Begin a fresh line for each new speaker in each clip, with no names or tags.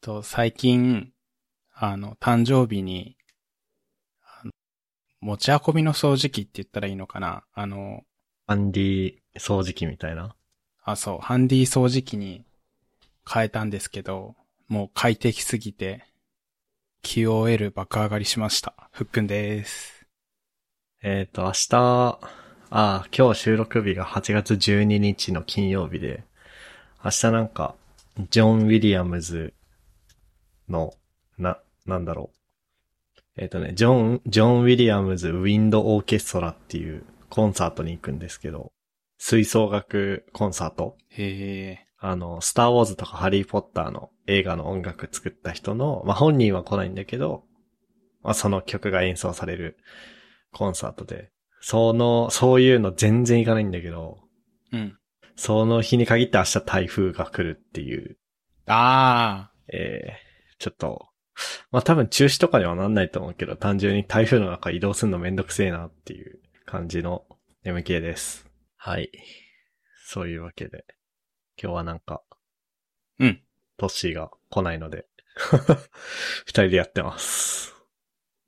と、最近、あの、誕生日に、あの持ち運びの掃除機って言ったらいいのかなあの、
ハンディ掃除機みたいな。
あ、そう、ハンディ掃除機に変えたんですけど、もう快適すぎて、QOL 爆上がりしました。ふっくんです。
えっ、と、明日、あー、今日収録日が8月12日の金曜日で、明日なんか、ジョン・ウィリアムズの、な、なんだろう。えっ、とね、ジョン、ジョン・ウィリアムズ・ウィンド・オーケストラっていうコンサートに行くんですけど、吹奏楽コンサート
へえ、
あの、スターウォーズとかハリーポッターの映画の音楽作った人の、まあ、本人は来ないんだけど、まあ、その曲が演奏されるコンサートで、その、そういうの全然行かないんだけど、
うん。
その日に限って明日台風が来るっていう、
あ
えー、ちょっと、まあ、多分中止とかにはなんないと思うけど、単純に台風の中移動するのめんどくせえなっていう感じの MK です。はい。そういうわけで、今日はなんか、
ー、うん。
トッシーが来ないので、 二人でやってます。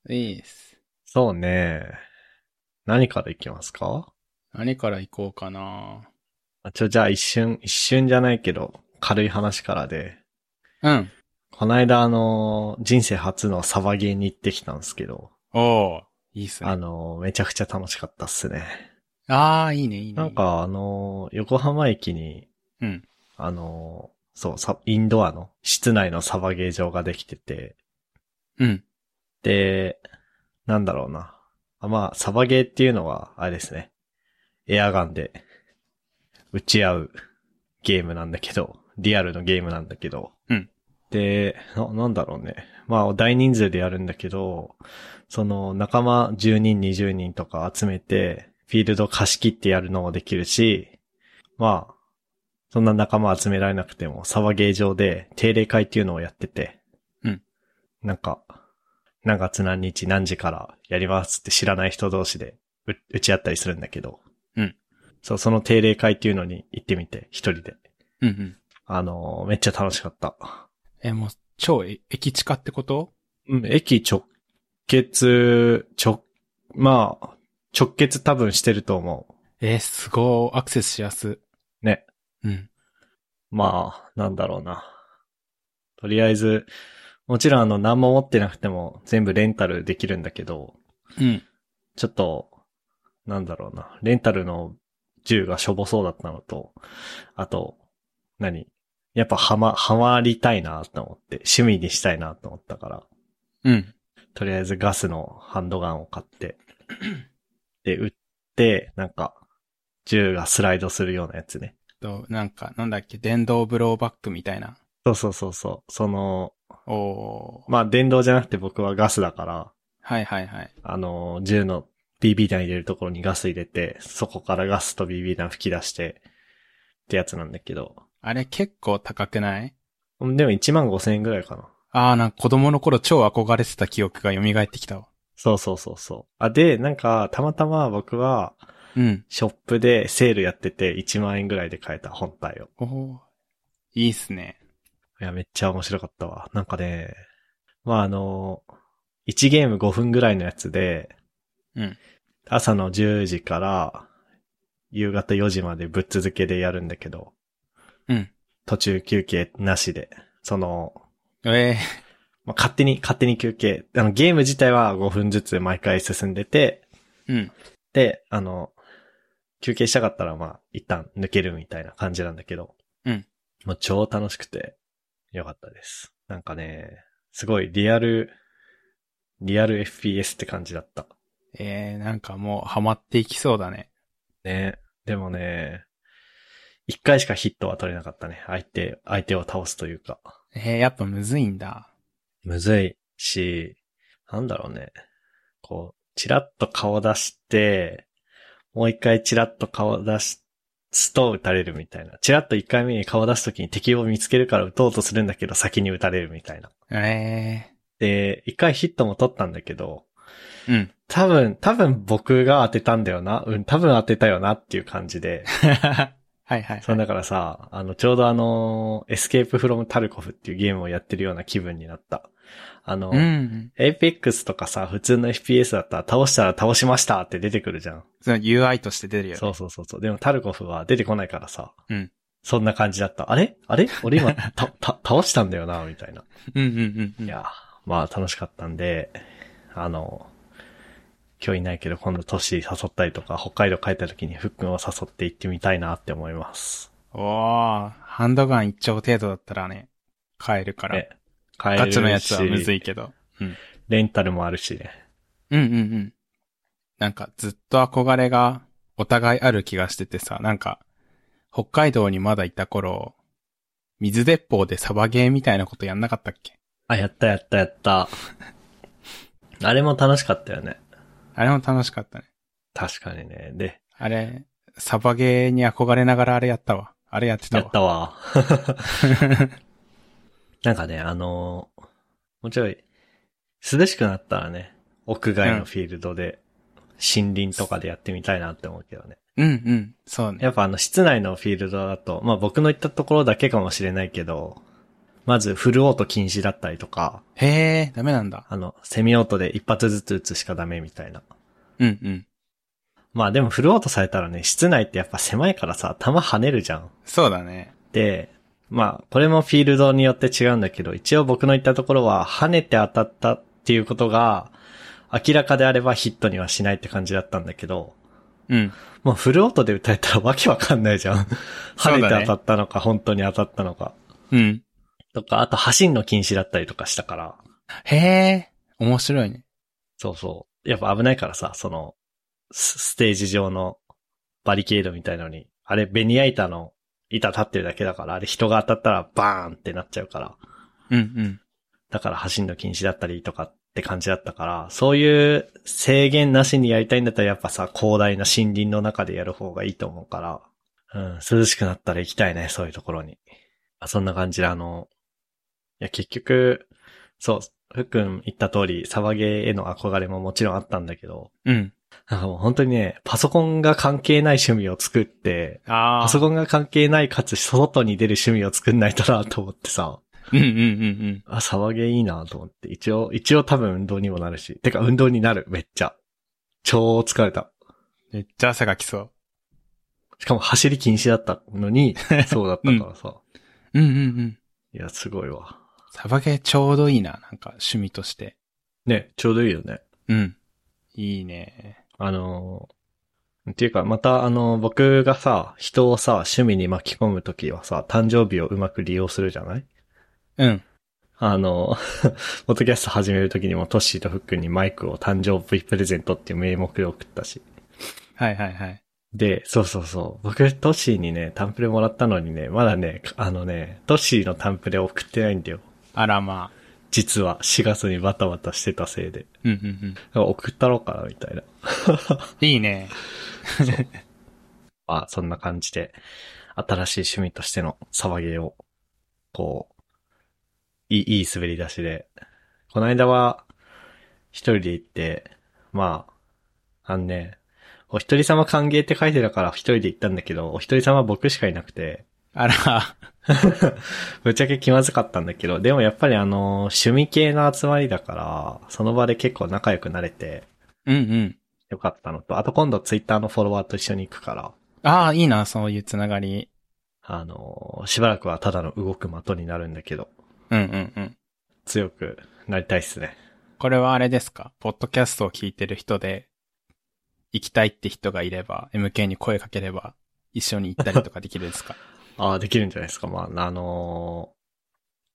いいです。
そうね。何からいきますか
何から行こうかな
あちょ、じゃあ一瞬、一瞬じゃないけど、軽い話からで。
うん。
こないだあの、人生初のサバゲーに行ってきたんですけど、
おー、いいっすね。
あの、めちゃくちゃ楽しかったっすね。
あー、いいね、いいね。
なん、かあの、横浜駅に、
うん。
あの、そう、サインドアの、室内のサバゲー場ができてて、
うん。
で、なんだろうな。あまあ、サバゲーっていうのは、あれですね。エアガンで、撃ち合うゲームなんだけど、リアルのゲームなんだけど。
うん
で、な、なんだろうね。まあ、大人数でやるんだけど、その、仲間10人、20人とか集めて、フィールド貸し切ってやるのもできるし、まあ、そんな仲間集められなくても、サバゲー場で定例会っていうのをやってて、
うん。
なんか、何月何日何時からやりますって知らない人同士でう打ち合ったりするんだけど。
うん。
そう、その定例会っていうのに行ってみて、一人で。
うんうん。
あのーめっちゃ楽しかった。
え、もう、超え駅近ってこと
うん、駅直結、直、まあ、直結多分してると思
えー、すごい、アクセスしやす。
う。ね。
うん。
まあ、なんだろうな。とりあえず、もちろんあの、何も持ってなくても全部レンタルできるんだけど、
うん。
ちょっと、なんだろうな、レンタルの銃がしょぼそうだったのと、あと、何やっぱはま、はまりたいなと思って、趣味にしたいなと思ったから、
うん。
とりあえずガスのハンドガンを買って、で、撃って、なんか、銃がスライドするようなやつね。
と、なんか、なんだっけ、電動ブローバックみたいな。
そうそうそうそう。その、
おー。
まあ、電動じゃなくて僕はガスだから、
はいはいはい。
あの、銃の BB 弾入れるところにガス入れて、そこからガスと BB 弾吹き出して、ってやつなんだけど。
あれ結構高くない
でも1万5千円ぐらいかな。
あー、なんか子供の頃超憧れてた記憶が蘇ってきたわ。
そうそうそうそう。あ、で、なんか、たまたま僕は、
うん。
ショップでセールやってて1万円ぐらいで買えた本体を。
おー。いいっすね。
いや、めっちゃ面白かったわ。なんかね、まあ、あの、1ゲーム5分ぐらいのやつで、
うん。
朝の10時から、夕方4時までぶっ続けでやるんだけど、
うん。
途中休憩なしで、その、
え
まあ、勝手に、勝手に休憩。あの、ゲーム自体は5分ずつ毎回進んでて、
ー。 うん。
で、あの、休憩したかったら、まあ、一旦抜けるみたいな感じなんだけど。
うん。
もう超楽しくて、よかったです。なんかね、すごいリアル、リアル FPS って感じだった。
えー、なんかもうハマっていきそうだね。
ね。でもね、一回しかヒットは取れなかったね。相手、相手を倒すというか。
えー、やっぱむずいんだ。
むずいし、なんだろうね。こう、チラッと顔出して、もう一回チラッと顔出し、すと撃たれるみたいな。チラッと一回目に顔出すときに敵を見つけるから撃とうとするんだけど先に撃たれるみたいな。
え
で、一回ヒットも取ったんだけど、
ー。うん。
多分、多分僕が当てたんだよな。うん、多分当てたよなっていう感じで。
はいはい。
そう、だからさ、 あの、ちょうどあの、エスケープフロムタルコフっていうゲームをやってるような気分になった。あの、
うんうん。
エイペックスとかさ、普通の FPS だったら倒したら倒しましたって出てくるじゃん。
その UI として出るよね。
そうそうそうそう。でもタルコフは出てこないからさ。
うん
そんな感じだった。あれあれ俺 今、た、た、倒したんだよな、みたいな。
うんうんうんうん。
いや、まあ楽しかったんで、あの、今日いないけど今度都市誘ったりとか、北海道帰った時にふっくんを誘って行ってみたいなって思います。
おー、ハンドガン一丁程度だったらね、買えるから。
ね、帰れるし
ガチのやつはむずいけど。
レンタルもあるしね。
うんうんうん。なんかずっと憧れがお互いある気がしててさ、なんか、北海道にまだいた頃、水鉄砲でサバゲーみたいなことやんなかったっけ
あ、やったやったやった。あれも楽しかったよね。
あれも楽しかったね。
確かにね。で、
あれ、サバゲーに憧れながらあれやったわ。あれやってた
や
わ。
ったわ。なんかね、あのーもうちょい、涼しくなったらね、屋外のフィールドで、森林とかでやってみたいなって思うけどね。
うんうん。そうね。
やっぱあの、室内のフィールドだと、まあ僕の行ったところだけかもしれないけど、まずフルオート禁止だったりとか、
へえ、ダメなんだ。
あの、セミオートで一発ずつ撃つしかダメみたいな。
うんうん。
まあでもフルオートされたらね、室内ってやっぱ狭いからさ、弾跳ねるじゃん。
そうだね。
で、まあ、これもフィールドによって違うんだけど、一応僕の言ったところは、跳ねて当たったっていうことが、明らかであればヒットにはしないって感じだったんだけど、
うん。
もうフルオートで歌えたらわけわかんないじ ゃん。跳
う
ね
だね
て当たったのか、本当に当たったのか。
うん。
とか、あと、走んの禁止だったりとかしたから、
へえ、面白いね。
そうそう。やっぱ危ないからさ、その、スステージ上のバリケードみたいのに、あれ、ベニヤ板の板立ってるだけだから、あれ人が当たったらバーンってなっちゃうから、
うんうん。
だから走るの禁止だったりとかって感じだったから、そういう制限なしにやりたいんだったらやっぱさ、広大な森林の中でやる方がいいと思うから、うん、涼しくなったら行きたいね、そういうところに。あそんな感じで、あの、いや、結局、そう、ふっくん言った通り、サバゲーへの憧れももちろんあったんだけど、
うん。
なんかもう本当にね、パソコンが関係ない趣味を作って、
ああ。
パソコンが関係ないかつ外に出る趣味を作んないとなと思ってさ、
うんうんうん
あ、サバゲーいいなと思って。一応、一応多分運動にもなるし。てか運動になる、めっちゃ。超疲れた。
うん。めっちゃ汗がきそ
しかも走り禁止だったのに、そうだったからさ。
う。うんうんうん。
いや、すごいわ。
サバゲーちょうどいいな、なんか趣味として。
ね、ちょうどいいよね。
うん。いいね。
あのーっていうか、また、あのー僕がさ、人をさ、趣味に巻き込むときはさ、誕生日をうまく利用するじゃない
うん。
あのー ポッドキャスト始めるときにも、トッシーとフックにマイクを誕生日プレゼントっていう名目で送ったし。
はいはいはい。
で、そうそうそう。僕、トッシーにね、タンプレもらったのにね、まだね、あのね、トッシーのタンプレ送ってないんだよ。
あらまあ。
実は、4月にバタバタしてたせいで。
うんうん
送ったろうかな、みたいな。
うん。いいね。
まあ、そんな感じで、新しい趣味としてのサバゲーを、こう、いい、いい滑り出しで。この間は、一人で行って、まあ、あのね、お一人様歓迎って書いてたから一人で行ったんだけど、お一人様僕しかいなくて、
あら。
ぶっちゃけ気まずかったんだけど、でもやっぱりあの、趣味系の集まりだから、その場で結構仲良くなれて
うんうん。
よかったのと、あと今度ツイッターのフォロワーと一緒に行くから、
ああ、いいな、そういうつながり。
あの、しばらくはただの動く的になるんだけど、
うんうんうん。
強くなりたいっすね。
これはあれですかポッドキャストを聞いてる人で、行きたいって人がいれば、MK に声かければ、一緒に行ったりとかできるんです か
ああ、できるんじゃないですか。まあ、あの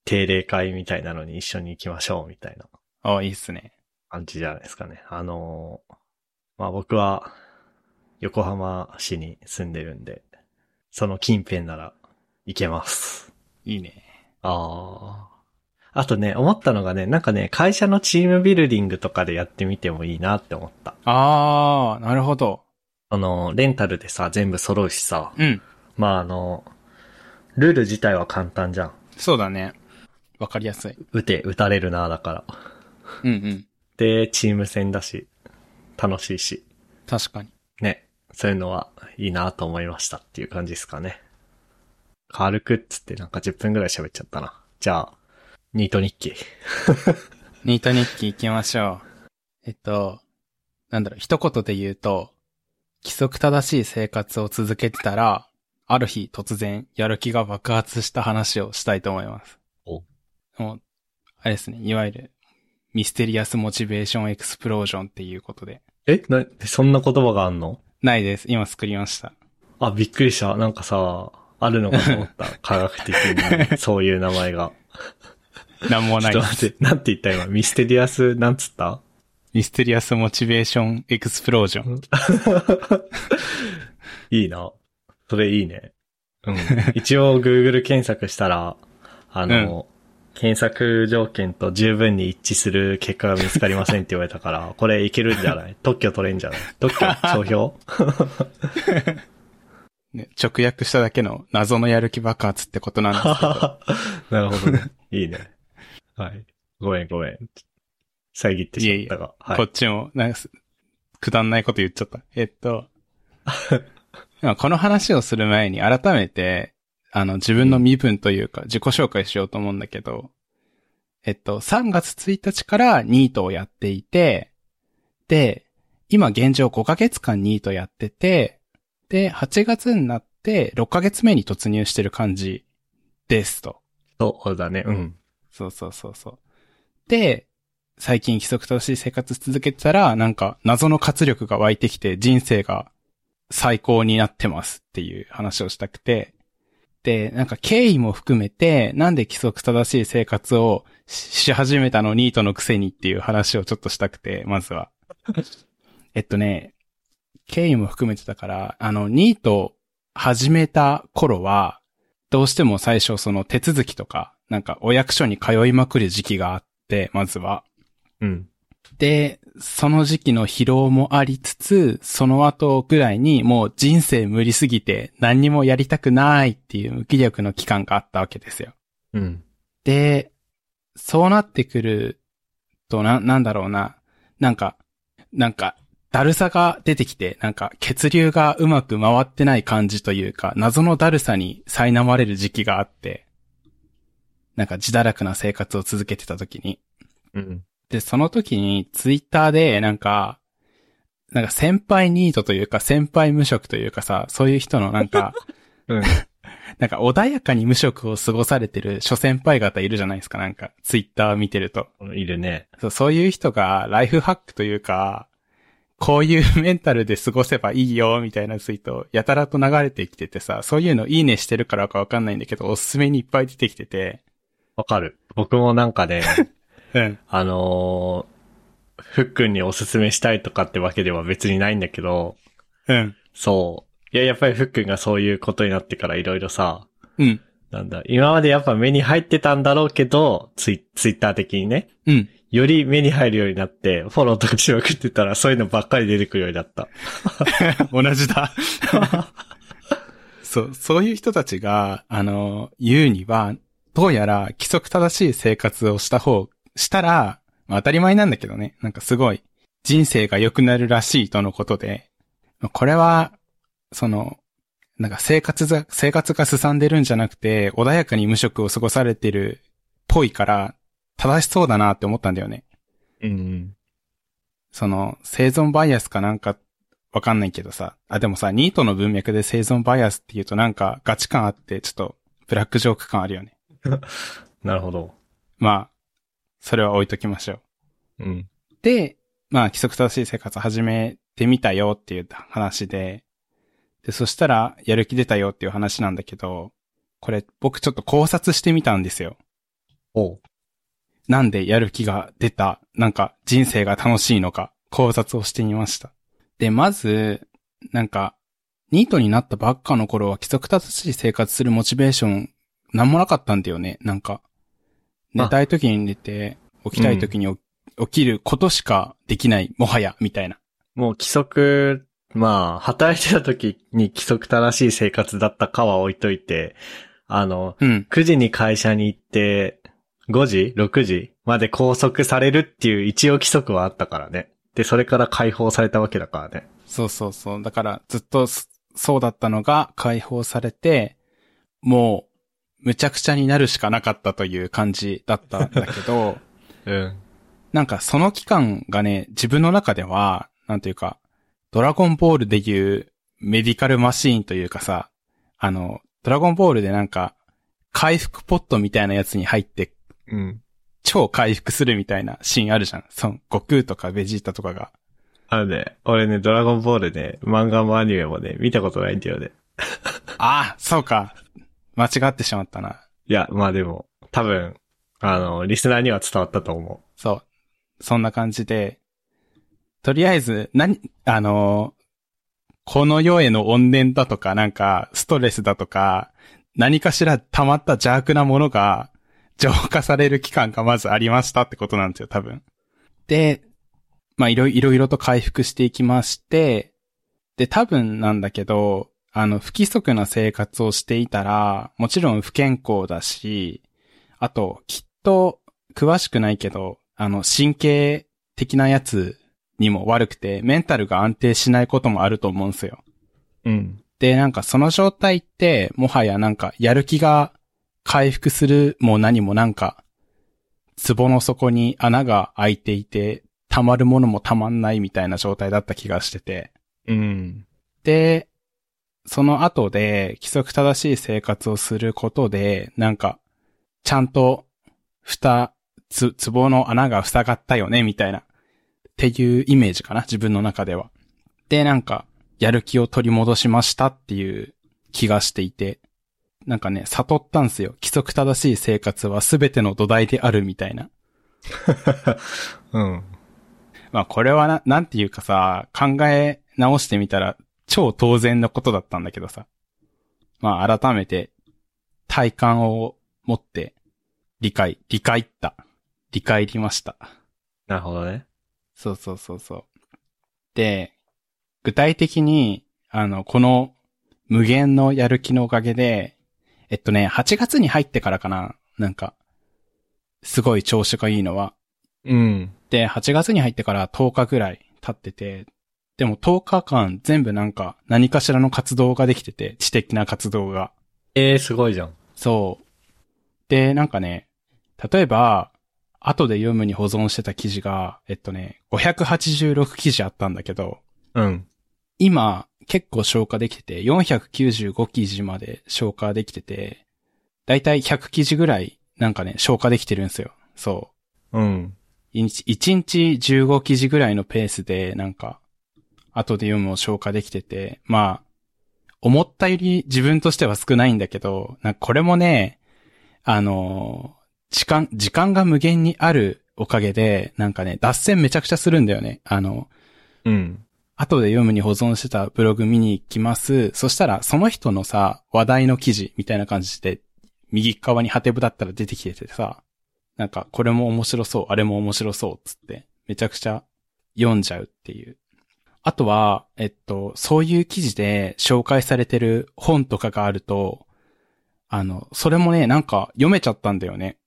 定例会みたいなのに一緒に行きましょう、みたいな
ああ、いいっすね。
感じじゃないですかね。あのまあ僕は、横浜市に住んでるんで、その近辺なら行けます。
いいね。
ああ。あとね、思ったのがね、なんかね、会社のチームビルディングとかでやってみてもいいなって思った。
ああ、なるほど。
あの、レンタルでさ、全部揃うしさ、
うん。
まああの、ルール自体は簡単じゃん。
そうだね。わかりやすい。
打て、打たれるな、だから。
うんうん。
で、チーム戦だし、楽しいし。
確かに。
ね。そういうのはいいなと思いましたっていう感じですかね。軽くっつってなんか10分ぐらい喋っちゃったな。じゃあ、ニート日記。
ニート日記行きましょう。えっと、なんだろう、一言で言うと、規則正しい生活を続けてたら、ある日突然やる気が爆発した話をしたいと思います。
お
もう、あれですね、いわゆる、ミステリアスモチベーションエクスプロージョンっていうことで。
えな、そんな言葉があんの
ないです。今作りました。
あ、びっくりした。なんかさ、あるのかと思った。科学的 に、そういう名前が。
なんも
ち
な
ょっ
いで
と
す。
待って、なんて言った今。ミステリアス、なんつった
ミステリアスモチベーションエクスプロージョン。
いいな。それいいね。うん。 一応 Google 検索したら、あの、検索条件と十分に一致する結果が見つかりませんって言われたから、 これいけるんじゃない特許取れんじゃない特許商 標
ね、直訳しただけの謎のやる気爆発ってことなんですけど
なるほどね。いいね。はい。ごめんごめん。遮ってしまったが。は
こ
い。
っちも、なんかす、くだんないこと言っちゃった。えっと、まあこの話をする前に改めて、あの、自分の身分というか、自己紹介しようと思うんだけど、えっと、3月1日からニートをやっていて、で、今現状5ヶ月間ニートやってて、で、8月になって6ヶ月目に突入してる感じですと。
そうだね。うん。
そうそうそうそう。で、最近規則正しい生活続けてたら、なんか謎の活力が湧いてきて人生が最高になってますっていう話をしたくて。で、なんか経緯も含めて、なんで規則正しい生活をしし始めたのニートのくせにっていう話をちょっとしたくて、まずは。えっとね、経緯も含めてだから、あの、ニート始めた頃は、どうしても最初その手続きとか、なんかお役所に通いまくる時期があって、まずは。
うん。
で、その時期の疲労もありつつ、その後ぐらいにもう人生無理すぎて何にもやりたくないっていう無気力の期間があったわけですよ。
うん。
で、そうなってくると、な、なんだろうな。なんか、なんか、だるさが出てきて、なんか、血流がうまく回ってない感じというか、謎のだるさに苛まれる時期があって、なんか、自堕落な生活を続けてた時に。
うん。
で、その時に、ツイッターで、なんか、なんか先輩ニートというか、先輩無職というかさ、そういう人のなんか、
うん。
なんか穏やかに無職を過ごされてる諸先輩方いるじゃないですか、なんか、ツイッター見てると。
いるね。
そうそういう人がライフハックというか、こういうメンタルで過ごせばいいよ、みたいなツイート、やたらと流れてきててさ、そういうのいいねしてるからかわかんないんだけど、おすすめにいっぱい出てきてて、
わかる。僕もなんかね、
うん。
あのー、ふっくんにおすすめしたいとかってわけでは別にないんだけど、
うん。
そう。いや、やっぱりふっくんがそういうことになってからいろいろさ、
うん。
なんだ、今までやっぱ目に入ってたんだろうけど、ツイツイッター的にね、
うん。
より目に入るようになって、フォローとかしまくってたら、そういうのばっかり出てくるようになった。
同じだ。そう、そういう人たちが、あの、言うには、どうやら規則正しい生活をした方、したら、まあ当たり前なんだけどね、なんかすごい、人生が良くなるらしいとのことで、まあこれは、その、なんか生活が、生活が進んでるんじゃなくて、穏やかに無職を過ごされてるっぽいから、正しそうだなって思ったんだよね。
うん。
その、生存バイアスかなんか、わかんないけどさ。あ、でもさ、ニートの文脈で生存バイアスって言うとなんかガチ感あって、ちょっと、ブラックジョーク感あるよね。
なるほど。
まあ、それは置いときましょう。
うん。
で、まあ、規則正しい生活始めてみたよっていう話で、で、そしたら、やる気出たよっていう話なんだけど、これ、僕ちょっと考察してみたんですよ。
おう。
なんでやる気が出た、なんか人生が楽しいのか考察をしてみました。で、まず、なんか、ニートになったばっかの頃は規則正しい生活するモチベーション、なんもなかったんだよね。なんか、
あ
寝たい時に寝て、起きたい時にお起きることしかできない、もはや、みたいな。
もう規則、まあ、働いてた時に規則正しい生活だったかは置いといて、あの、
うん。
9時に会社に行って、5時 ?6 時まで拘束されるっていう一応規則はあったからね。で、それから解放されたわけだからね。
そうそうそう。だからずっとそそうだったのが解放されて、もうむちゃくちゃになるしかなかったという感じだったんだけど、
うん。
なんかその期間がね、自分の中では、なんというか、ドラゴンボールでいうメディカルマシーンというかさ、あの、ドラゴンボールでなんか、回復ポットみたいなやつに入って
うん。
超回復するみたいなシーンあるじゃん。その、悟空とかベジータとかが。
あのね、俺ね、ドラゴンボールね、漫画もアニメもね、見たことないんだよね。
ああ、そうか。間違ってしまったな。
いや、まあでも、多分、あの、リスナーには伝わったと思
そう。そんな感じで、とりあえず、何、あのー、この世への怨念だとか、なんか、ストレスだとか、何かしら溜まった邪悪なものが、浄化される期間がまずありましたってことなんですよ、多分。で、まあ、いろいろいろと回復していきまして、で、多分なんだけど、あの、不規則な生活をしていたら、もちろん不健康だし、あと、きっと、詳しくないけど、あの、神経的なやつにも悪くて、メンタルが安定しないこともあると思うんですよ。
う。うん。
で、なんかその状態って、もはやなんか、やる気が回復するも何もなんか、壺の底に穴が開いていて、溜まるものも溜まんないみたいな状態だった気がしてて。
うん。
で、その後で規則正しい生活をすることで、なんか、ちゃんと、蓋、つ、壺の穴が塞がったよね、みたいな、っていうイメージかな、自分の中では。で、なんか、やる気を取り戻しましたっていう気がしていて、なんかね、悟ったんすよ。規則正しい生活は全ての土台であるみたいな。
うん。
まあこれはな、なんていうかさ、考え直してみたら超当然のことだったんだけどさ。まあ改めて体感を持って理解、理解った。理解りました。
なるほどね。
そうそうそうそう。で、具体的に、あの、この無限のやる気のおかげで、えっとね、8月に入ってからかな、なんか、すごい調子がいいのは、
うん。
で、8月に入ってから10日ぐらい経ってて、でも10日間全部なんか何かしらの活動ができてて、知的な活動が。
ええー、すごいじゃん。
そう。で、なんかね、例えば、後で読むに保存してた記事が、えっとね、586記事あったんだけど、
うん。
今結構消化できてて、495記事まで消化できてて、だいたい100記事ぐらいなんかね、消化できてるんですよ。そう。
うん。
1日15記事ぐらいのペースで、なんか、後で読むを消化できてて、まあ、思ったより自分としては少ないんだけど、なんかこれもね、あのー、時間、時間が無限にあるおかげで、なんかね、脱線めちゃくちゃするんだよね。あの、
うん。
後で読むに保存してたブログ見に行きます。そしたら、その人のさ、話題の記事みたいな感じで、右側にハテブだったら出てきててさ、なんか、これも面白そう、あれも面白そう、つって、めちゃくちゃ読んじゃうっていう。あとは、えっと、そういう記事で紹介されてる本とかがあると、あの、それもね、なんか読めちゃったんだよね。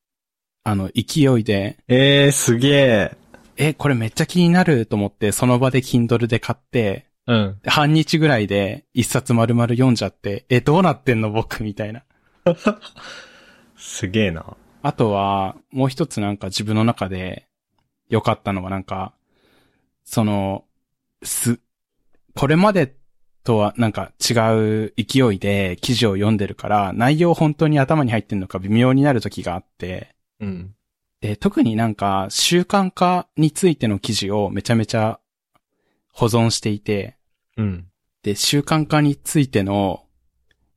あの、勢いで、
ええー、すげえ。
え、これめっちゃ気になると思って、その場で Kindle で買って、
うん。
半日ぐらいで一冊丸々読んじゃって、え、どうなってんの僕みたいな。
すげえな。
あとは、もう一つなんか自分の中で良かったのはなんか、その、す、これまでとはなんか違う勢いで記事を読んでるから、内容本当に頭に入ってんのか微妙になる時があって、
うん。
で、特になんか習慣化についての記事をめちゃめちゃ保存していて、
うん。
で、習慣化についての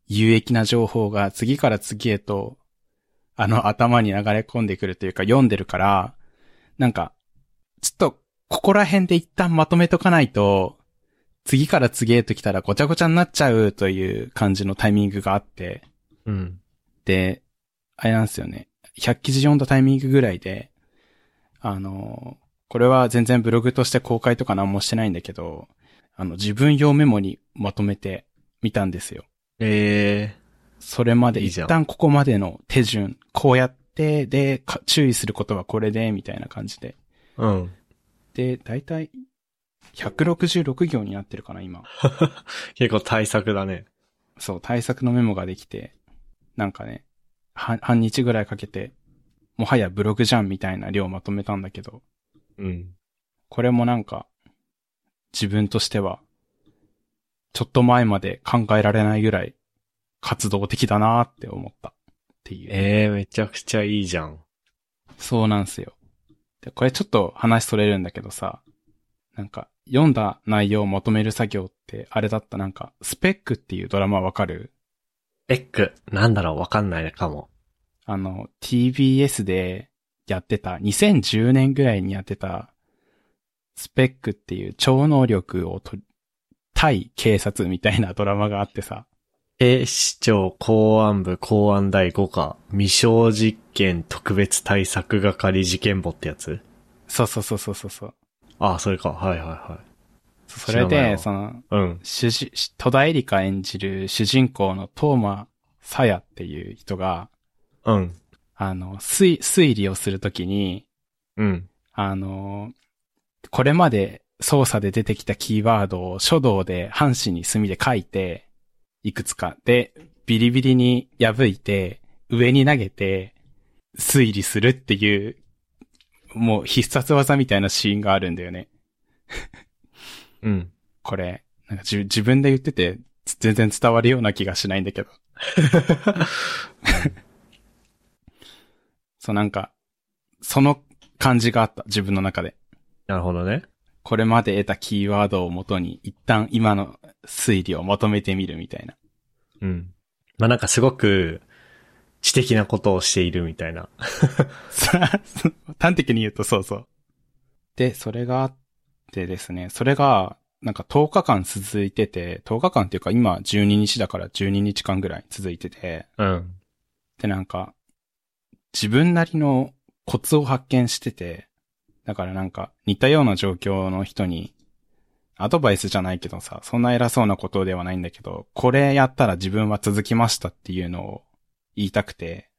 有益な情報が次から次へと、あの頭に流れ込んでくるというか読んでるから、なんか、ちょっとここら辺で一旦まとめとかないと、次から次へと来たらごちゃごちゃになっちゃうという感じのタイミングがあって、
うん。
で、あれなんですよね。100記事読んだタイミングぐらいで、あの、これは全然ブログとして公開とか何もしてないんだけど、あの、自分用メモにまとめてみたんですよ。
え
それまで
いい
一
じゃん
旦ここまでの手順、こうやって、で、か注意することはこれで、みたいな感じで。
えー。うん。
で、大体、 166行になってるかな、今。
結構対策だね。
そう、対策のメモができて、なんかね、は半日ぐらいかけて、もはやブログじゃんみたいな量をまとめたんだけど、
うん。
これもなんか、自分としては、ちょっと前まで考えられないぐらい活動的だなーって思ったっていう。
ええめちゃくちゃいいじゃん。
そうなんすよ。で、これちょっと話それるんだけどさ、なんか、読んだ内容をまとめる作業って、あれだったなんか、スペックっていうドラマわかる
エッグ、なんだろうわかんないかも。
あの、TBS でやってた、2010年ぐらいにやってた、スペックっていう超能力をと、対警察みたいな ドラマがあってさ、
警視庁公安部公安第5課未詳実験特別対策係事件簿ってやつ
そうそうそうそうそうそう。
ああ、それか。はいはいは
それ
知らない
で、
わ
その、
い。うん。
主人、戸田恵梨香演じる主人公のトーマ・サヤっていう人が、
うん。
あの、推、推理をするときに、
うん。
あの、これまで操作で出てきたキーワードを書道で半紙に墨で書いて、いくつかで、ビリビリに破いて、上に投げて、推理するっていう、もう必殺技みたいなシーンがあるんだよね。
うん。
これ、なんかじゅ自分で言ってて、つ全然伝わるような気がしないんだけど。そうなんか、その感じがあった、自分の中で。
なるほどね。
これまで得たキーワードをもとに、一旦今の推理をまとめてみるみたいな。
うん。まあ、なんかすごく、知的なことをしているみたいな。
さ端的に言うとそうそう。で、それがあってですね、それが、なんか10日間続いてて、10日間っていうか今12日だから12日間ぐらい続いてて、
うん。
で、なんか、自分なりのコツを発見してて、だからなんか、似たような状況の人に、アドバイスじゃないけどさ、そんな偉そうなことではないんだけど、これやったら自分は続きましたっていうのを言いたくて、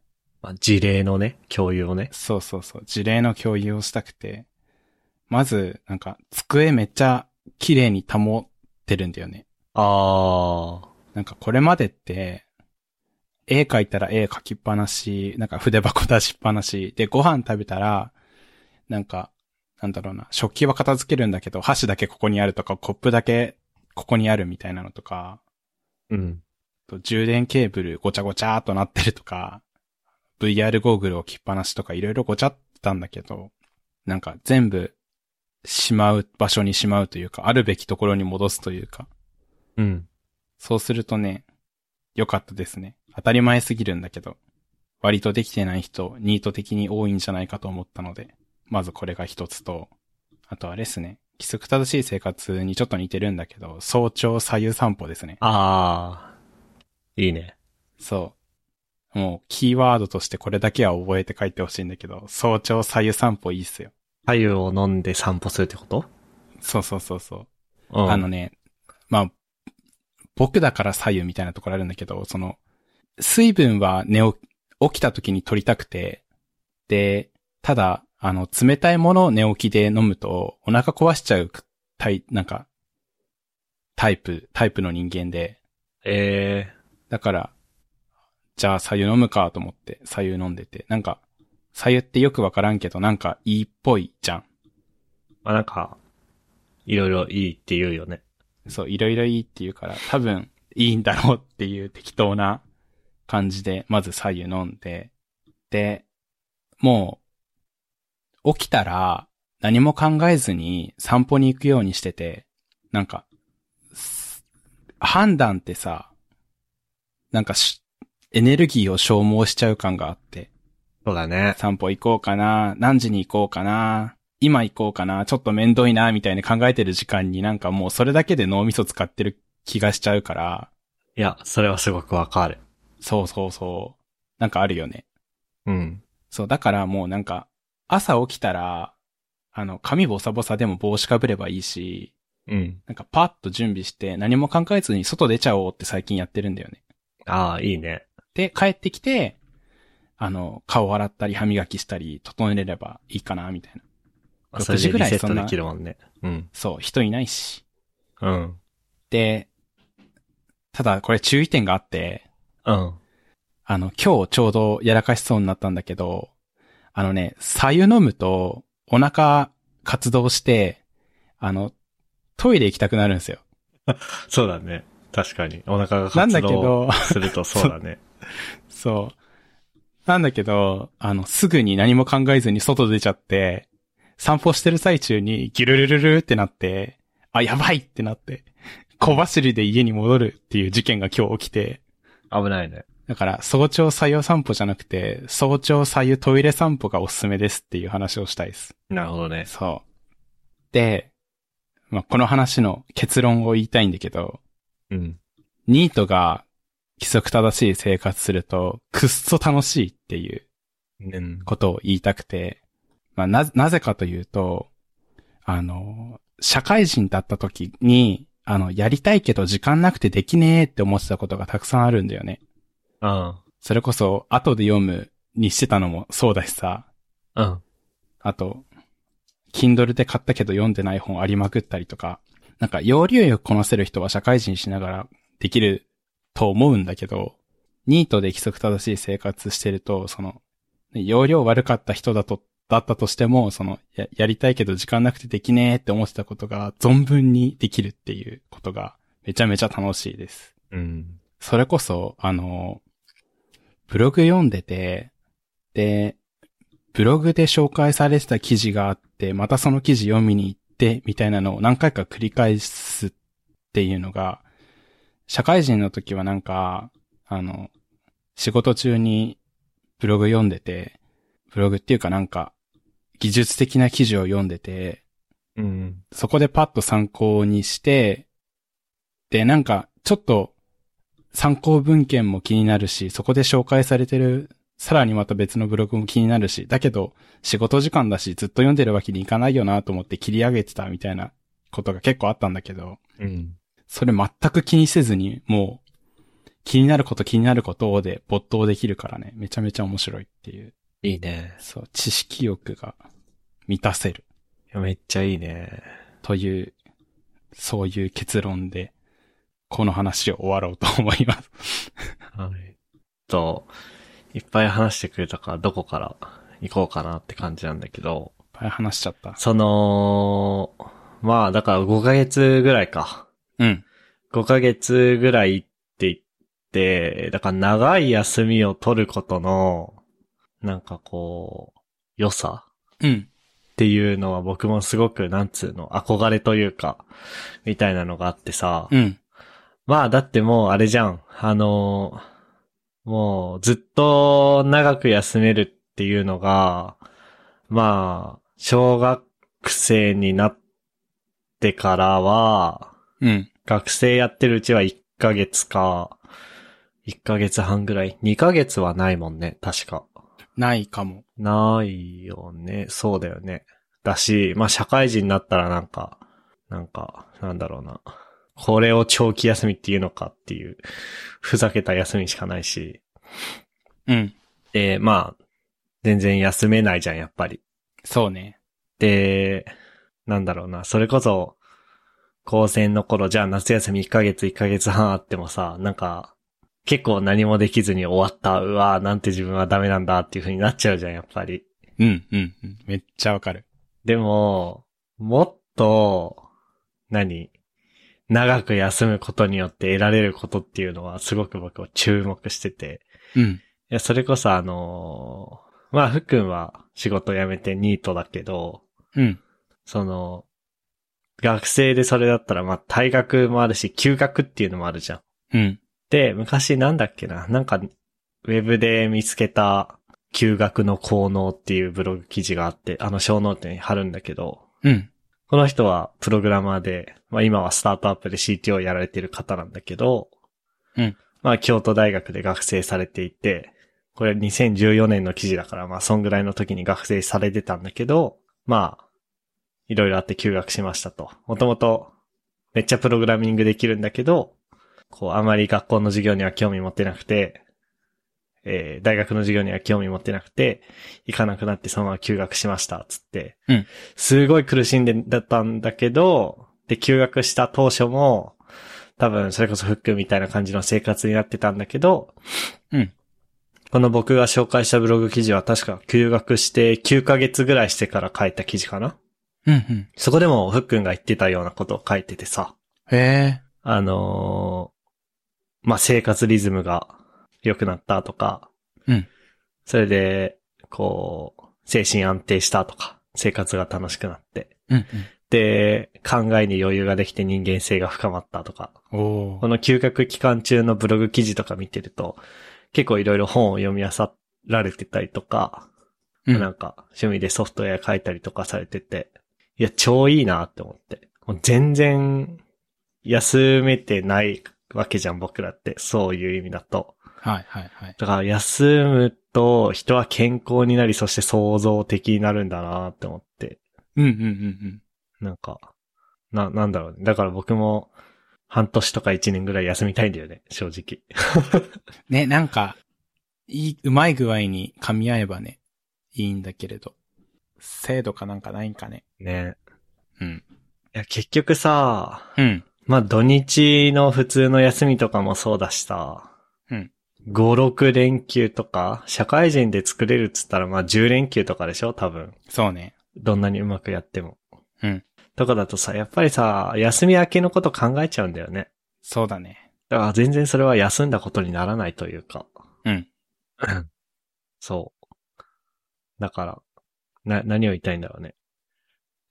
まあ、事例のね、共有をね。
そうそうそう、事例の共有をしたくて、まず、なんか、机めっちゃ綺麗に保ってるんだよね。
ああ。
なんかこれまでって、絵描いたら絵描きっぱなし、なんか筆箱出しっぱなし、で、ご飯食べたら、なんか、なんだろうな、食器は片付けるんだけど、箸だけここにあるとか、コップだけここにあるみたいなのとか、
うん。
あと充電ケーブルごちゃごちゃーっとなってるとか、VR ゴーグルを着っぱなしとかいろいろごちゃってたんだけど、なんか全部しまう場所にしまうというか、あるべきところに戻すというか、
うん。
そうするとね、良かったですね。当たり前すぎるんだけど、割とできてない人、ニート的に多いんじゃないかと思ったので、まずこれが一つと、あとあれですね、規則正しい生活にちょっと似てるんだけど、早朝左右散歩ですね。
ああ。いいね。
そう。もう、キーワードとしてこれだけは覚えて書いてほしいんだけど、早朝左右散歩いいっすよ。
左右を飲んで散歩するってこと
そうそうそうそう。
うん。
あのね、まあ、僕だから左右みたいなところあるんだけど、その、水分は寝起き、起きた時に取りたくて、で、ただ、あの、冷たいものを寝起きで飲むと、お腹壊しちゃうタイ、なんか、タイプ、タイプの人間で、
ええ
だから、じゃあ左右飲むかと思って、左右飲んでて、なんか、左右ってよくわからんけど、なんかいいっぽいじゃん。
まあ、なんか、いろいろいいって言うよね。
そう、いろいろいいっていうから、多分いいんだろうっていう適当な感じで、まず左右飲んで、で、もう、起きたら何も考えずに散歩に行くようにしてて、なんか、す判断ってさ、なんかし、エネルギーを消耗しちゃう感があって、
そうだね。
散歩行こうかな、何時に行こうかな、今行こうかな、ちょっと面倒いな、みたいに考えてる時間になんかもうそれだけで脳みそ使ってる気がしちゃうから、
いや、それはすごくわかる。
そうそうそう。なんかあるよね。
うん。
そう、だからもうなんか、朝起きたら、あの、髪ボサボサでも帽子かぶればいいし、
うん。
なんかパッと準備して何も考えずに外出ちゃおうって最近やってるんだよね。
ああ、いいね。
で、帰ってきて、あの、顔洗ったり歯磨きしたり整えればいいかな、みたいな。
あそれ
6時
で
ぐ
リ
らい
セットできるもんね。うん。
そう、人いないし。
うん。
で、ただこれ注意点があって、
うん。
あの、今日ちょうどやらかしそうになったんだけど、あのね、左右飲むとお腹活動して、あの、トイレ行きたくなるんですよ。
そうだね。確かに。お腹が
なん
活
だけ
動
ど、
するとそうだね。
そう。なんだけど、あの、すぐに何も考えずに外出ちゃって、散歩してる最中にギュルルルルってなって、あ、やばいってなって、小走りで家に戻るっていう事件が今日起きて、
危ないね。
だから、早朝左右散歩じゃなくて、早朝左右トイレ散歩がおすすめですっていう話をしたいです。
なるほどね。
そう。で、まあ、この話の結論を言いたいんだけど、
うん。
ニートが規則正しい生活すると、くっそ楽しいっていう
うん。
ことを言いたくて、まあ、な、なぜかというと、あの、社会人だった時に、あの、やりたいけど時間なくてできねえって思ってたことがたくさんあるんだよね。
うん。
それこそ、後で読むにしてたのもそうだしさ、
うん。
あと、Kindle で買ったけど読んでない本ありまくったりとか、なんか要領よくこなせる人は社会人しながらできると思うんだけど、ニートで規則正しい生活してると、その、要領悪かった人だと、だったとしても、その、や、やりたいけど時間なくてできねえって思ってたことが存分にできるっていうことがめちゃめちゃ楽しいです。
うん。
それこそ、あの、ブログ読んでて、で、ブログで紹介されてた記事があって、またその記事読みに行って、みたいなのを何回か繰り返すっていうのが、社会人の時はなんか、あの、仕事中にブログ読んでて、ブログっていうかなんか、技術的な記事を読んでて、
うん。
そこでパッと参考にして、で、なんか、ちょっと、参考文献も気になるし、そこで紹介されてる、さらにまた別のブログも気になるし、だけど、仕事時間だし、ずっと読んでるわけにいかないよなと思って切り上げてたみたいなことが結構あったんだけど、
うん。
それ全く気にせずに、もう、気になること気になることで没頭できるからね、めちゃめちゃ面白いっていう、
いいね。
そう、知識欲が満たせる。
いやめっちゃいいね。
という、そういう結論で、この話を終わろうと思います。
はい。と、いっぱい話してくれたから、どこから行こうかなって感じなんだけど、
いっぱい話しちゃった。
その、まあ、だから5ヶ月ぐらいか。
うん。
5ヶ月ぐらいって言って、だから長い休みを取ることの、なんかこう、良さ
うん。
っていうのは僕もすごく、なんつうの、憧れというか、みたいなのがあってさ。
うん。
まあ、だってもうあれじゃん。あのーもうずっと長く休めるっていうのが、まあ、小学生になってからは、
うん。
学生やってるうちは1ヶ月か、1ヶ月半ぐらい。2ヶ月はないもんね、確か。
ないかも。
ないよね。そうだよね。だし、まあ、社会人になったらなんか、なんか、なんだろうな。これを長期休みっていうのかっていう、ふざけた休みしかないし。
うん。
で、まあ、全然休めないじゃん、やっぱり。
そうね。
で、なんだろうな、それこそ、高専の頃、じゃあ夏休み1ヶ月1ヶ月半あってもさ、なんか、結構何もできずに終わった、うわーなんて自分はダメなんだっていう風になっちゃうじゃん、やっぱり。
うん。うん。うんめっちゃわかる。
でも、もっと、何長く休むことによって得られることっていうのはすごく僕は注目してて。
うん。
いや、それこそあのーまあ、ふっくんは仕事辞めてニートだけど、
うん。
その、学生でそれだったら、まあ、退学もあるし、休学っていうのもあるじゃん。
うん。
で、昔なんだっけな、なんか、ウェブで見つけた、休学の効能っていうブログ記事があって、あの、小ノートに貼るんだけど、
うん。
この人はプログラマーで、まあ今はスタートアップで CTO をやられてる方なんだけど、
うん
まあ京都大学で学生されていて、これ2014年の記事だから、まあそんぐらいの時に学生されてたんだけど、まあ、いろいろあって休学しましたと。もともと、めっちゃプログラミングできるんだけど、こうあまり学校の授業には興味持ってなくて、えー大学の授業には興味持ってなくて、行かなくなってそのまま休学しました、つって。
うん
すごい苦しんでだったんだけど、で、休学した当初も、多分それこそフックみたいな感じの生活になってたんだけど、
うん
この僕が紹介したブログ記事は確か休学して9ヶ月ぐらいしてから書いた記事かな
うんうん。
そこでもふっくんが言ってたようなことを書いててさ。
へえ。
あのーまあ、生活リズムが良くなったとか、
うん。
それで、こう、精神安定したとか、生活が楽しくなって、
うん
で、考えに余裕ができて人間性が深まったとか、
うん。お
こ
ー。
の休学期間中のブログ記事とか見てると、結構いろいろ本を読み漁られてたりとか、
うん
なんか趣味でソフトウェア書いたりとかされてて、いや、超いいなって思って。もう全然休めてないわけじゃん、僕らって。そういう意味だと。
はいはいはい。
だから休むと人は健康になり、そして創造的になるんだなって思って。
うんうんうん
なんか、な、なんだろうね。だから僕も、半年とか一年ぐらい休みたいんだよね、正直。
うん。ね、なんか、いい、うまい具合に噛み合えばね、いいんだけれど。制度かなんかないんかね。
ね。
うん。
いや、結局さ、
うん。
まあ土日の普通の休みとかもそうだしさ、
うん。
5、6連休とか、社会人で作れるっつったらまあ10連休とかでしょ多分。
そうね。
どんなにうまくやっても。
うん。
とかだとさ、やっぱりさ、休み明けのこと考えちゃうんだよね。
そうだね。
だから全然それは休んだことにならないというか。
うん。
そう。だから、な、何を言いたいんだろうね。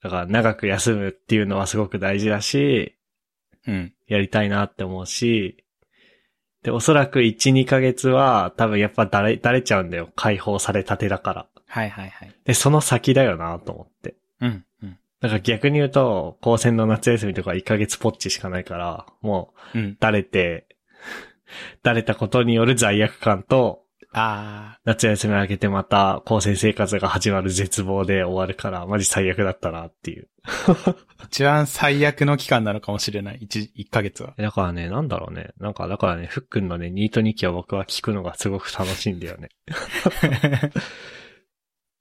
だから長く休むっていうのはすごく大事だし、
うん。
やりたいなって思うし、で、おそらく1、2ヶ月は多分やっぱだれ、だれちゃうんだよ。解放されたてだから。
はいはいはい。
で、その先だよなと思って。
うんうん。
だから逆に言うと、高専の夏休みとか1ヶ月ぽっちしかないから、もう
うん。
だれて、だれたことによる罪悪感と、
あ
夏休み明けてまた高専生活が始まる絶望で終わるから、マジ最悪だったなっていう。
ー、一番最悪の期間なのかもしれない。一、一ヶ月は。
だからね、なんだろうね。なんか、だからね、ふっくんのね、ニート日記を僕は聞くのがすごく楽しいんだよ ね。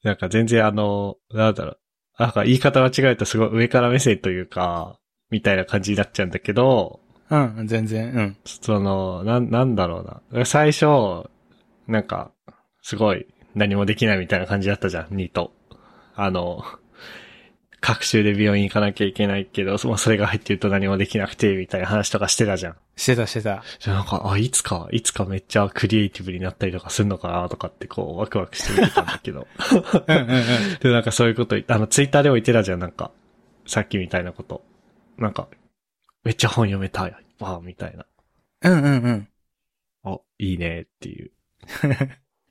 なんか全然あの、なんだろう。なんか言い方間違えるとすごい上から目線というか、みたいな感じになっちゃうんだけど、
うん、全然、うん。
その、なん、なんだろうな。最初、なんか、すごい、何もできないみたいな感じだったじゃん、ニート。あの、各週で病院行かなきゃいけないけど、もうそれが入ってると何もできなくて、みたいな話とかしてたじゃん。
してたしてた。
じゃあなんか、あ、いつか、いつかめっちゃクリエイティブになったりとかするのかな、とかってこう、ワクワクして見てたんだけど。
うんうんうん。
で、なんかそういうこと言っ、あの、ツイッターでも言ってたじゃん、なんか、さっきみたいなこと。なんか、めっちゃ本読めた、わーみたいな。
うんうんうん。
お、いいねって いう。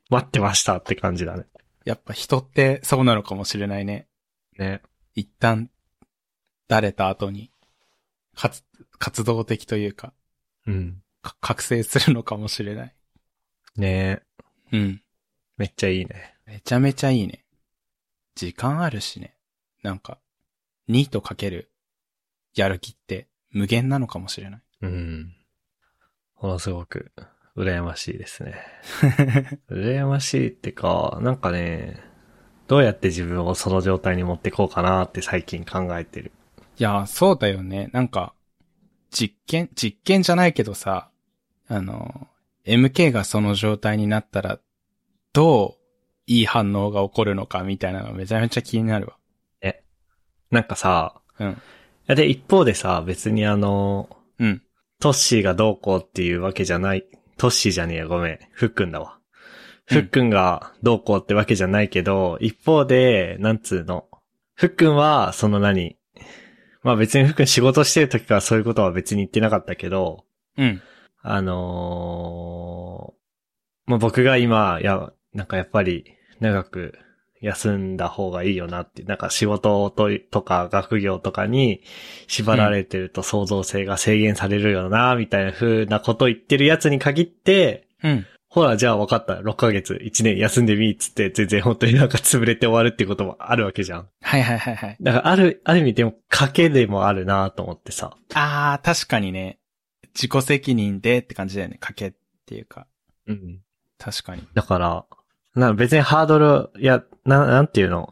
待ってましたって感じだね。
やっぱ人ってそうなのかもしれないね。
ね。
一旦、だれた後に、かつ、活動的というか、
うん。
か覚醒するのかもしれない。
ね
うん。
めっちゃいいね。
めちゃめちゃいいね。時間あるしね。なんか、ニートかける、やる気って、無限なのかもしれない。
うん。ものすごく、羨ましいです ね。羨ましいってか、なんかね、どうやって自分をその状態に持ってこうかなって最近考えてる。
いやー、そうだよね。なんか、実験、実験じゃないけどさ、あの、MK がその状態になったら、どう、いい反応が起こるのかみたいなのがめちゃめちゃ気になるわ。
なんかさ、
うん。
で、一方でさ、別にあの、
うん。
トッシーがどうこうっていうわけじゃない。トッシーじゃねえや、ごめん。ふっくんだ
う
わ。
ん
ふっくんがどうこうってわけじゃないけど、一方で、なんつうの。ふっくんは、その何まあ別にふっくん仕事してる時からそういうことは別に言ってなかったけど、
うん。
あのーまあ僕が今、いや、なんかやっぱり長く休んだ方がいいよなって、なんか仕事ととか学業とかに縛られてると創造性が制限されるよな、みたいな風なこと言ってるやつに限って、
うん。
ほら、じゃあ分かった。6ヶ月、1年休んでみ、つって、全然本当になんか潰れて終わるってこともあるわけじゃん。
はいはいはいはい。
だから、ある、ある意味でも、賭けでもあるなと思ってさ。
あー、確かにね、自己責任でって感じだよね。かけっていうか。
うん。
確かに。
だから、な別にハードル、いや、な、なんていうの。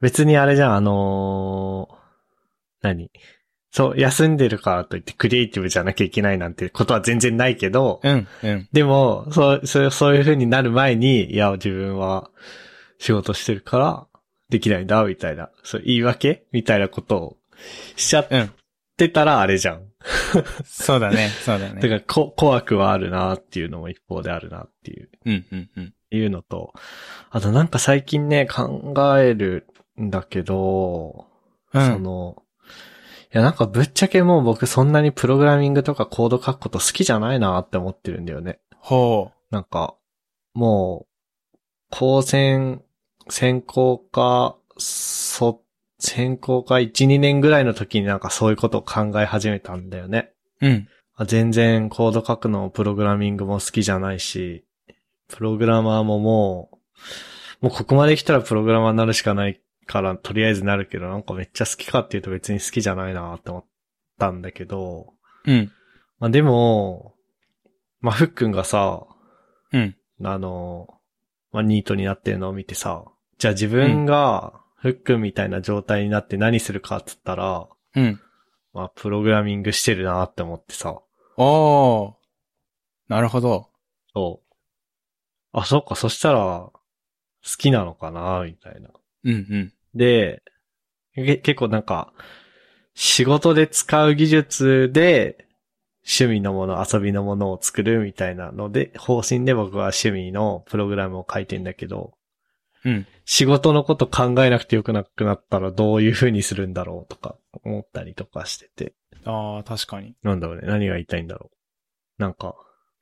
別にあれじゃん、あのー何そう、休んでるからといってクリエイティブじゃなきゃいけないなんてことは全然ないけど、
うん、うん。
でも、そう、そうそういう風になる前に、いや、自分は仕事してるからできないんだ、みたいな、そう、言い訳みたいなことをしちゃっ
うん。
てたらあれじゃん。
そうだね、そうだね。
だから、こ、怖くはあるなっていうのも一方であるなっていう。
うん、うん、うん。
いうのと、あとなんか最近ね、考えるんだけど、
うん
その、いやなんかぶっちゃけもう僕そんなにプログラミングとかコード書くこと好きじゃないなって思ってるんだよね。
ほ
なんか、もう、高専、専攻か、そ、専攻か1、2年ぐらいの時になんかそういうことを考え始めたんだよね。
う。うん、
あ全然コード書くのもプログラミングも好きじゃないし、プログラマーももう、もうここまで来たらプログラマーになるしかないから、とりあえずなるけど、なんかめっちゃ好きかっていうと別に好きじゃないなって思ったんだけど、
うん、
まあでも、まあふっくんがさ、
うん、
あの、まあニートになってるのを見てさ、じゃあ自分がふっくんみたいな状態になって何するかって言ったら、
うん。
まあプログラミングしてるなって思ってさ、
おー。なるほど。
そう。あ、そっか、そしたら、好きなのかな、みたいな。
うん、うん。
で、け結構なんか、仕事で使う技術で、趣味のもの、遊びのものを作るみたいなので、方針で僕は趣味のプログラムを書いてんだけど、
うん。
仕事のこと考えなくてよくなくなったらどういう風にするんだろうとか思ったりとかしてて。
ああ、確かに。
なんだろうね。何が言いたいんだろう。なんか、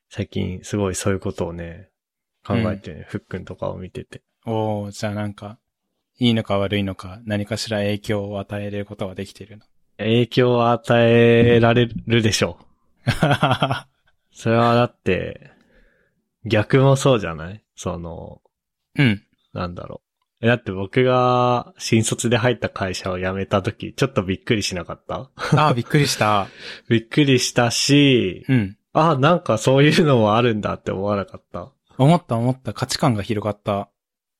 最近すごいそういうことをね、考えてね、ふっくんとかを見てて。
おー、じゃあなんか、いいのか悪いのか、何かしら影響を与えれることはできてるの。
影響を与えられるでしょう。
あ
それはだって、逆もそうじゃないその、
うん。
なんだろう。えだって僕が新卒で入った会社を辞めた時、ちょっとびっくりしなかった
ああ、びっくりした。
びっくりしたし、
うん。
あ、なんかそういうのもあるんだって思わなかった。
思った思った。価値観が広がった。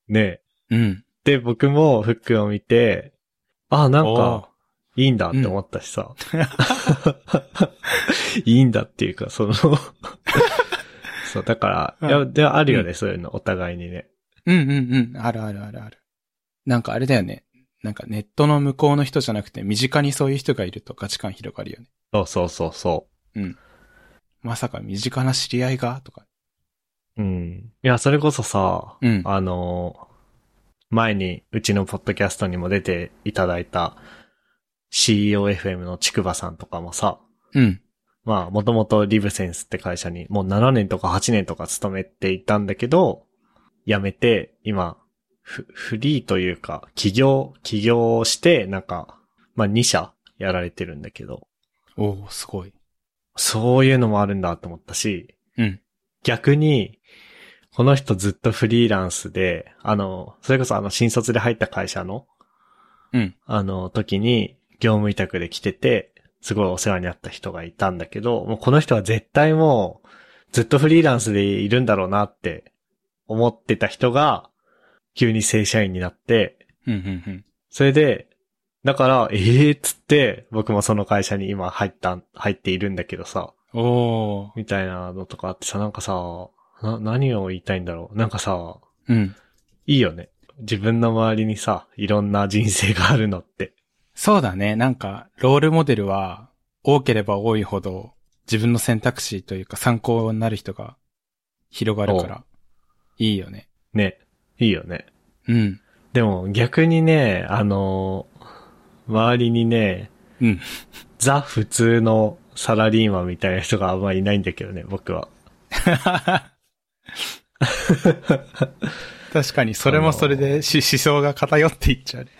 ねえ。
うん。
で、僕もフックを見て、あ、なん
おー
か、いいんだって思ったしさ。いいんだっていうか、その、そう、だから、いや、であるよね、そういうの、お互いにね。
うんうんうん。あるあるあるある。なんかあれだよね。なんかネットの向こうの人じゃなくて、身近にそういう人がいると価値観広がるよね。
そうそうそうそ
まさか身近な知り合いがとか。
う。うん。いや、それこそさ、
うん。
あの、前に、うちのポッドキャストにも出ていただいた、CEOFM のちくばさんとかもさ、
うん。
まあ、もともとリブセンスって会社にもう7年とか8年とか勤めていたんだけど、辞めて、今、フフリーというか、起業、起業をして、なんか、まあ2社やられてるんだけど、
おー、すごい。
そういうのもあるんだと思ったし、
うん。
逆に、この人ずっとフリーランスで、あの、それこそあの新卒で入った会社の、
うん。
あの時に業務委託で来てて、すごいお世話になった人がいたんだけど、もうこの人は絶対もうずっとフリーランスでいるんだろうなって思ってた人が、急に正社員になって、
うんうんうん。
それで、だから、ええー、っつって、僕もその会社に今入った、入っているんだけどさ、
おー。
みたいなのとかあってさ、なんかさ、な、何を言いたいんだろう。なんかさ、
うん。
いいよね。自分の周りにさ、いろんな人生があるのって。
そうだね。なんか、ロールモデルは、多ければ多いほど、自分の選択肢というか参考になる人が広がるから、いいよね。
ね。いいよね。
うん。
でも逆にね、あのー周りにね、
うん。
ザ普通のサラリーマンみたいな人があんまりいないんだけどね、僕は。
確かに、それもそれでし思想が偏っていっちゃうね。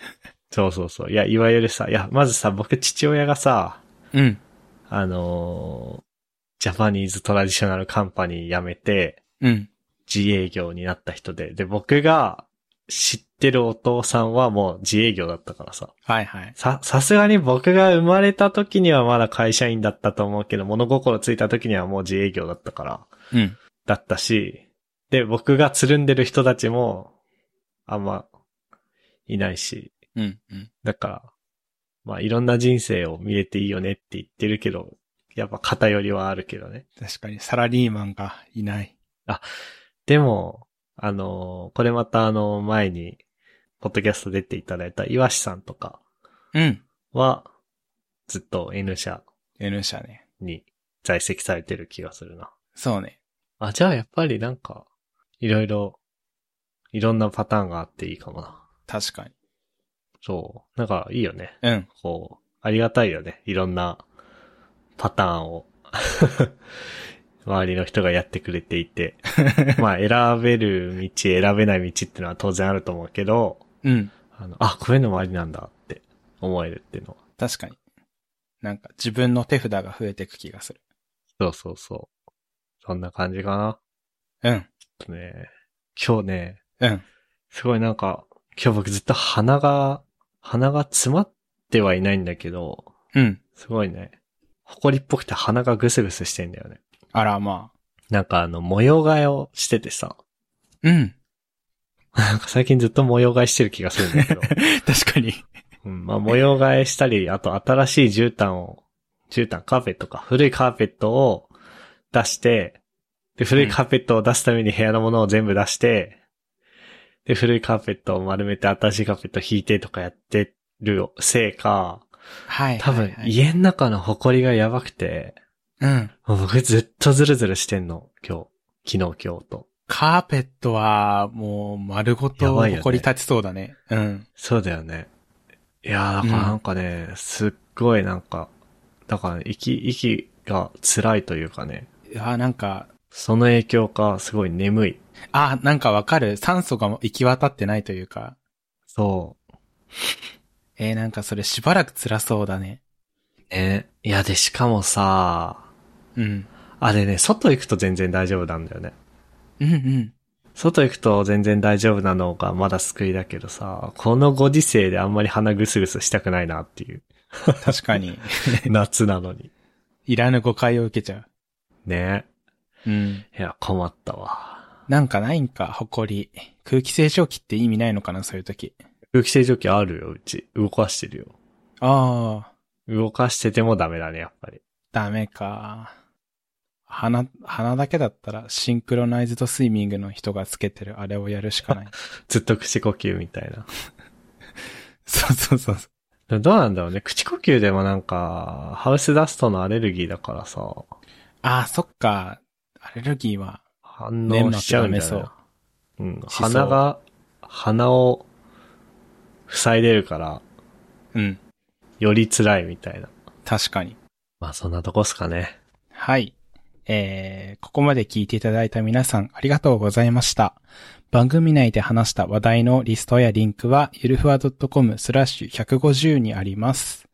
そうそうそう。いや、いわゆるさ、いや、まずさ、僕父親がさ、
うん。
あのージャパニーズトラディショナルカンパニー辞めて、
うん。
自営業になった人で、で、僕が知ってるお父さんはもう自営業だったからさ。
はいはい。
さ、さすがに僕が生まれた時にはまだ会社員だったと思うけど、物心ついた時にはもう自営業だったから、
うん。
だったし、で、僕がつるんでる人たちも、あんま、いないし、
うん、うん。
だから、まあいろんな人生を見れていいよねって言ってるけど、やっぱ偏りはあるけどね。
確かに、サラリーマンがいない。
でも、あのーこれまたあの、前に、ポッドキャスト出ていただいた岩師さんとか
うん。
は、ずっと N 社
N 社ね。
に在籍されてる気がするな。
そうね。
あ、じゃあやっぱりなんか、いろいろ、いろんなパターンがあっていいかもな。
確かに。
そう。なんかいいよね。
うん。
こう、ありがたいよね。いろんなパターンを、 周りの人がやってくれていて。まあ、選べる道、選べない道ってのは当然あると思うけど、
うん。
あの、あ、こういうのもありなんだって思えるっていうのは。
確かに。なんか、自分の手札が増えていく気がする。
そうそうそう。そんな感じかな。
うん。
あとね、今日ね、
うん。
すごいなんか、今日僕ずっと鼻が、鼻が詰まってはいないんだけど、
うん。
すごいね、埃っぽくて鼻がぐすぐすしてんだよね。
あら、まあ。
なんかあの、模様替えをしててさ、
うん。
なんか最近ずっと模様替えしてる気がする んだけど、
確かに。
うん、まあ模様替えしたり、あと新しい絨毯を、絨毯、カーペットか、古いカーペットを出して、で、古いカーペットを出すために部屋のものを全部出して、で、古いカーペットを丸めて新しいカーペットを引いてとかやってるせいか、
はい。
多分
はいはい
家の中の埃がやばくて、
うん。
もう僕ずっとズルズルしてんの、今日、昨日今日と。
カーペットは、もう、丸ご
や
と、
ばいよね
埃立ちそうだね。うん。
そうだよね。いやー、だからなんかね、すっごいなんか、だから、息、息が辛いというかね、
いや、なんか、
その影響か、すごい眠い。
あ、なんかわかる。酸素が行き渡ってないというか。
そ
えー、なんかそれしばらく辛そうだね。
う。ね。いや、で、しかもさ、
うん。
あれね、外行くと全然大丈夫なんだよね。
うんうん。
外行くと全然大丈夫なのがまだ救いだけどさ、このご時世であんまり鼻ぐすぐすしたくないなっていう。
確かに。
夏なのに。
いらぬ誤解を受けちゃ
ね。
う。うん。
いや、困ったわ。
なんかないんか、埃。空気清浄機って意味ないのかな、そういう時。
空気清浄機あるよ、うち。動かしてるよ。
ああ、
動かしててもダメだね、やっぱり。
ダメか。鼻、鼻だけだったら、シンクロナイズドスイミングの人がつけてるあれをやるしか ない。
ずっと口呼吸みたいな。
そうそうそうそう。
でもどうなんだろうね。口呼吸でもなんか、ハウスダストのアレルギーだからさ、
ああ、そっか。アレルギーは、
反
粘
応し
膜
ちゃう
が
んだ
め
よ
そ
ね
う。。
うん。
そう
鼻が、鼻を塞いでるから、
うん。
より辛いみたいな。
確かに。
まあそんなとこっすかね。
はい。えー、ここまで聞いていただいた皆さんありがとうございました。番組内で話した話題のリストやリンクは、ゆるふわ .com スラッシュ150にあります。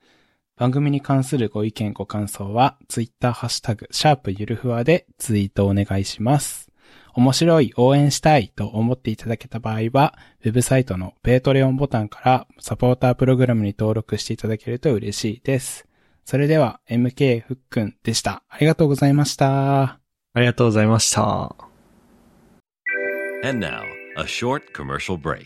番組に関するご意見ご感想は、ツイッターハッシュタグ、シャープゆるふわでツイートお願いします。面白い、応援したいと思っていただけた場合は、ウェブサイトのペイトレオンボタンからサポータープログラムに登録していただけると嬉しいです。それでは、MK ふっくんでした。ありがとうございました。
ありがとうございました。
And now, a short commercial break.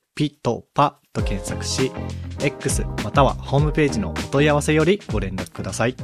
ピトパと検索し X またはホームページのお問い合わせよりご連絡ください。